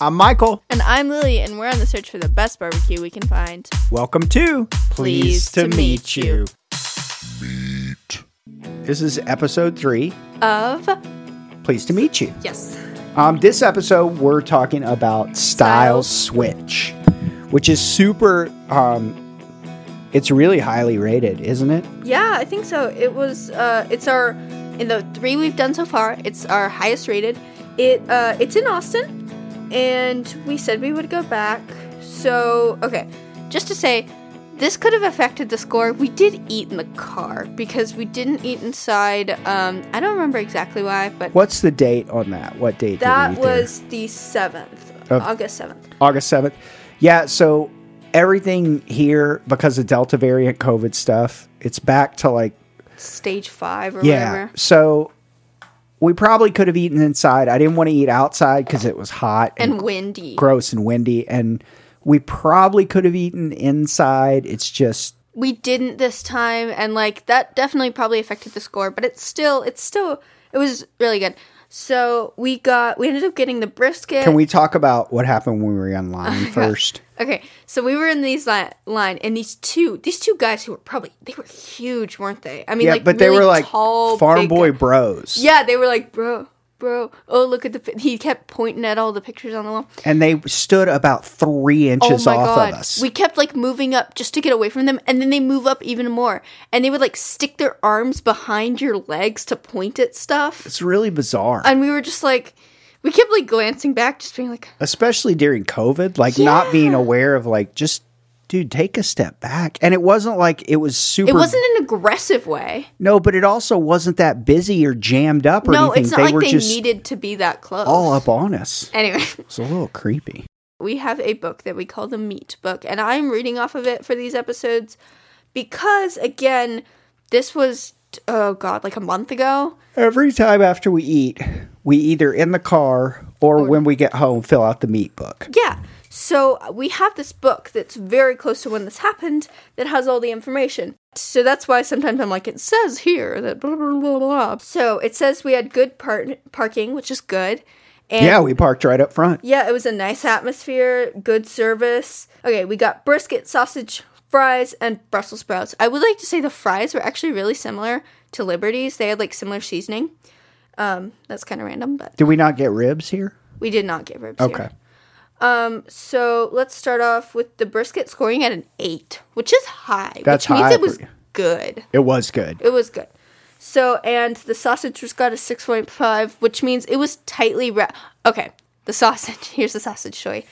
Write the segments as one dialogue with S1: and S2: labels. S1: I'm Michael.
S2: And I'm Lily, and we're on the search for the best barbecue we can find.
S1: Welcome to Pleased,
S2: Pleased to Meet You.
S1: This is episode three.
S2: Of
S1: Pleased to meet you.
S2: yes,
S1: Um, this episode, we're talking about style
S2: Style.
S1: switch, which is super. Um, it's really highly rated, isn't it?
S2: yeah, I think so. It was. Uh, it's our in the three we've done so far. It's our highest rated. It uh, it's in Austin, and we said we would go back. So okay, just to say, this could have affected the score. We did eat in the car because we didn't eat inside. Um, I don't remember exactly why, but
S1: What's the date on that? What date? did we
S2: that
S1: do?
S2: was the seventh,
S1: Of-
S2: August seventh.
S1: August 7th. Yeah, so everything here because of Delta variant COVID stuff, it's back to like
S2: Stage five or
S1: yeah.
S2: whatever.
S1: So we probably could have eaten inside. I didn't want to eat outside cuz it was hot and,
S2: And windy.
S1: gross and windy and we probably could have eaten inside. It's just
S2: we didn't this time and like that definitely probably affected the score but it's still it's still it was really good so we got we ended up getting the brisket
S1: can we talk about what happened when we were on line first?
S2: okay so we were in these li- line and these two these two guys who were probably they were huge weren't they i mean
S1: Yeah,
S2: like
S1: but they
S2: really
S1: were like
S2: tall
S1: farm
S2: big
S1: boy
S2: guy-
S1: bros.
S2: yeah they were like bro bro oh look at the pi-" he kept pointing at all the pictures on the wall
S1: And they stood about 3 inches
S2: oh my
S1: off
S2: god
S1: of us.
S2: we kept like moving up just to get away from them and then they move up even more and they would like stick their arms behind your legs to point at stuff
S1: it's really bizarre.
S2: and we were just like we kept like glancing back just being like
S1: especially during COVID, like not being aware of like just dude, take a step back. And it wasn't like it was super
S2: it wasn't an aggressive way
S1: No, but it also wasn't that busy or jammed up or
S2: no
S1: anything.
S2: it's not
S1: they
S2: like
S1: were
S2: they
S1: just
S2: needed to be that close
S1: all up on us.
S2: anyway
S1: It's a little creepy.
S2: we have a book that we call the meat book and i'm reading off of it for these episodes because again this was oh god like a month ago
S1: Every time after we eat, we either in the car or when we get home fill out the meat book.
S2: Yeah. So uh, we have this book that's very close to when this happened that has all the information. So that's why sometimes I'm like, it says here that blah, blah, blah, blah. So it says we had good par- parking, which is good. And
S1: Yeah, we parked right up front.
S2: yeah, it was a nice atmosphere, good service. Okay, we got brisket, sausage, fries, and Brussels sprouts. I would like to say the fries were actually really similar to Liberty's. They had like similar seasoning. Um, that's kind of random, but
S1: Did we not get ribs here?
S2: we did not get ribs. here.
S1: Okay.
S2: So let's start off with the brisket scoring at an eight, which is high.
S1: That's
S2: which means
S1: high
S2: it was
S1: for you.
S2: good.
S1: It was good.
S2: It was good. So and the sausage was got a six point five, which means it was tightly wrapped. Okay, the sausage. Here's the sausage toy.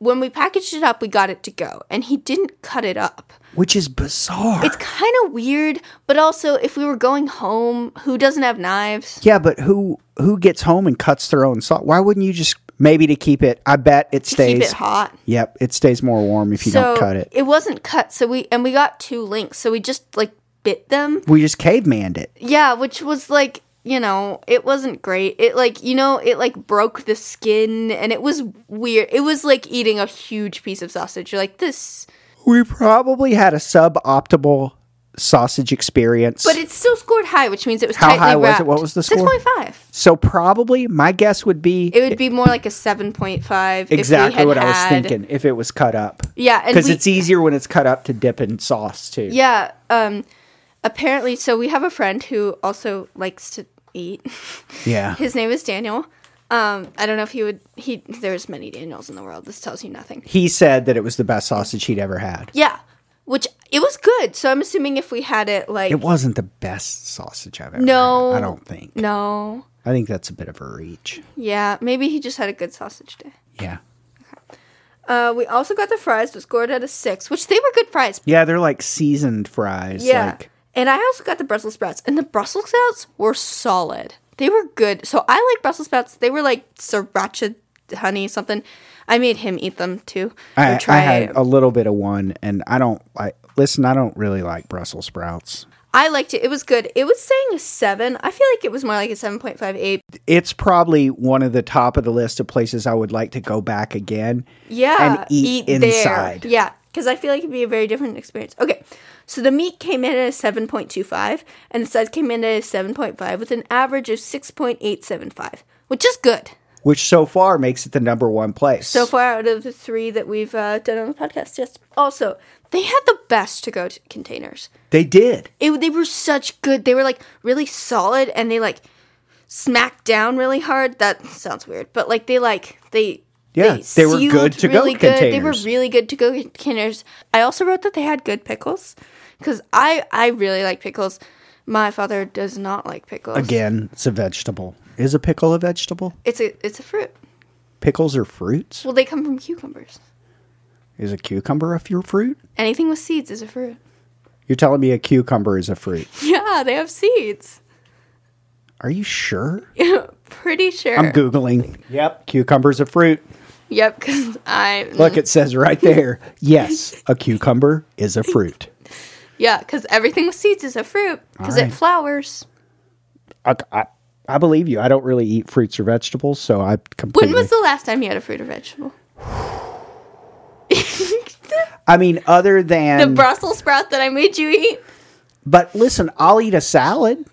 S2: When we packaged it up, we got it to go, and he didn't cut it up.
S1: Which is bizarre.
S2: It's kind of weird, but also if we were going home, who doesn't have knives?
S1: Yeah, but who who gets home and cuts their own salt? Why wouldn't you just maybe to keep it? I bet it stays.
S2: Keep it hot.
S1: Yep, it stays more warm if you
S2: so
S1: don't cut it.
S2: It wasn't cut, so we and we got two links, so we just like bit them.
S1: We just cavemaned it.
S2: Yeah, which was like, you know, it wasn't great. It like, you know, it like broke the skin and it was weird. It was like eating a huge piece of sausage. You're like, this.
S1: We probably had a suboptimal sausage experience.
S2: But it still scored high, which means it was
S1: How
S2: tightly
S1: high was it?
S2: wrapped.
S1: What was the score?
S2: 6.5.
S1: so probably my guess would be
S2: It would be more like a 7.5. if we
S1: exactly
S2: had
S1: what I was
S2: had-
S1: thinking if it was cut up.
S2: Yeah, and
S1: because
S2: we-
S1: it's e- easier when it's cut up to dip in sauce too.
S2: Yeah. Um, apparently, so we have a friend who also likes to eat.
S1: Yeah.
S2: His name is Daniel. Um, I don't know if he would. He there's many Daniels in the world. This tells you nothing.
S1: He said that it was the best sausage he'd ever had.
S2: Yeah, which it was good. So I'm assuming if we had it like
S1: It wasn't the best sausage I've ever.
S2: No.
S1: had, I don't think.
S2: no,
S1: I think that's a bit of a reach.
S2: yeah, maybe he just had a good sausage day.
S1: Yeah.
S2: Uh, we also got the fries that scored at a six, which they were good fries.
S1: Yeah, they're like seasoned fries.
S2: Yeah,
S1: Like,
S2: and I also got the Brussels sprouts, and the Brussels sprouts were solid. They were good. So I like Brussels sprouts. They were like sriracha honey something. I made him eat them too.
S1: I,
S2: or
S1: I had
S2: it.
S1: a little bit of one, and I don't like. Listen, I don't really like Brussels sprouts.
S2: I liked it. It was good. It was saying a seven. I feel like it was more like a seven point five eight.
S1: It's probably one of the top of the list of places I would like to go back again.
S2: Yeah.
S1: and eat,
S2: there.
S1: inside.
S2: Yeah. Because I feel like it'd be a very different experience. Okay. So the meat came in at a 7.25 and the sides came in at a 7.5 with an average of 6.875, which is good.
S1: which so far makes it the number one place.
S2: So far, out of the three that we've uh, done on the podcast, yes. Also, they had the best to go containers.
S1: they did.
S2: It, they were such good. They were like really solid, and they like smacked down really hard. That sounds weird, but like they like they
S1: Yeah, they were
S2: sealed
S1: good to-go
S2: really good. They were
S1: containers.
S2: really good to go containers. I also wrote that they had good pickles because I I really like pickles. My father does not like pickles.
S1: Again, it's a vegetable. Is a pickle a vegetable?
S2: it's a it's a fruit.
S1: Pickles are fruits.
S2: Well, they come from cucumbers.
S1: Is a cucumber a fu- fruit?
S2: Anything with seeds is a fruit.
S1: You're telling me a cucumber is a fruit.
S2: Yeah, they have seeds.
S1: Are you sure?
S2: Pretty sure.
S1: I'm Googling. Yep. Cucumber's a fruit.
S2: Yep, because I
S1: Look, it says right there. Yes, a cucumber is a fruit.
S2: yeah, because everything with seeds is a fruit because
S1: Alright.
S2: it flowers.
S1: I, I, I believe you. I don't really eat fruits or vegetables, so I completely.
S2: When was the last time you had a fruit or vegetable?
S1: I mean, other
S2: The
S1: than.
S2: Brussels sprout that I made you eat.
S1: but listen, I'll eat a salad.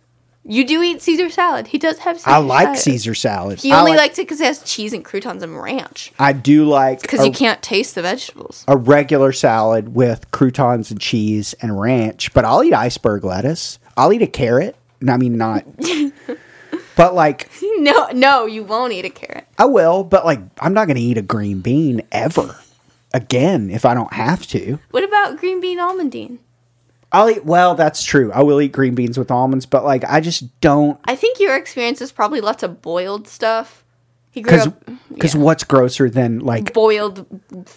S2: You do eat Caesar salad. He does have Caesar
S1: I like
S2: salad.
S1: Caesar salad.
S2: Uh, He
S1: I
S2: only
S1: like,
S2: likes it because it has cheese and croutons and ranch.
S1: I do like
S2: Because
S1: a,
S2: you can't taste the vegetables.
S1: a regular salad with croutons and cheese and ranch, but I'll eat iceberg lettuce. I'll eat a carrot. And I mean, not. but like,
S2: No, no, you won't eat a carrot.
S1: I will, but like, I'm not going to eat a green bean ever again if I don't have to.
S2: What about green bean almondine?
S1: I'll eat, well, that's true. I will eat green beans with almonds, but like, I just don't.
S2: I think your experience is probably lots of boiled stuff. He grew
S1: Because
S2: up
S1: because what's grosser than like
S2: boiled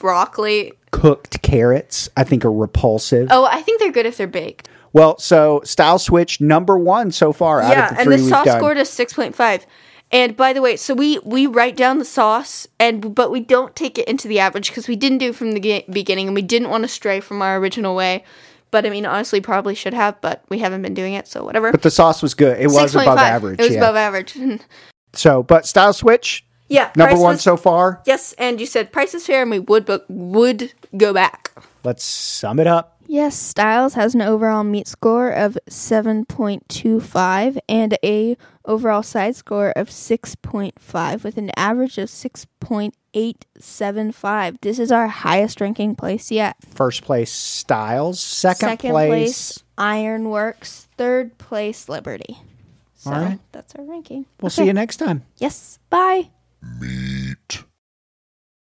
S2: broccoli.
S1: cooked carrots? I think are repulsive.
S2: Oh, I think they're good if they're baked.
S1: Well, so style switch number one so far out
S2: yeah,
S1: of the
S2: and
S1: three
S2: the
S1: we've
S2: sauce
S1: done.
S2: scored a six point five. And by the way, so we we write down the sauce, and but we don't take it into the average because we didn't do it from the ge- beginning, and we didn't want to stray from our original way. But I mean, honestly, probably should have, but we haven't been doing it, so whatever.
S1: but the sauce was good. It was above
S2: 6.5.
S1: average.
S2: It was
S1: yeah.
S2: above average.
S1: So, but style switch
S2: yeah,
S1: number
S2: price
S1: one
S2: was-
S1: so far.
S2: yes, and you said price is fair, and we would book would go back.
S1: Let's sum it up.
S3: Yes, Styles has an overall meat score of 7.25 and a overall side score of 6.5 with an average of 6.875. This is our highest ranking place yet.
S1: First place Styles, second,
S3: Second
S1: place.
S3: place Ironworks, third place Liberty. So
S1: All right.
S3: that's our ranking.
S1: We'll see you next time.
S3: Yes, bye.
S4: meat.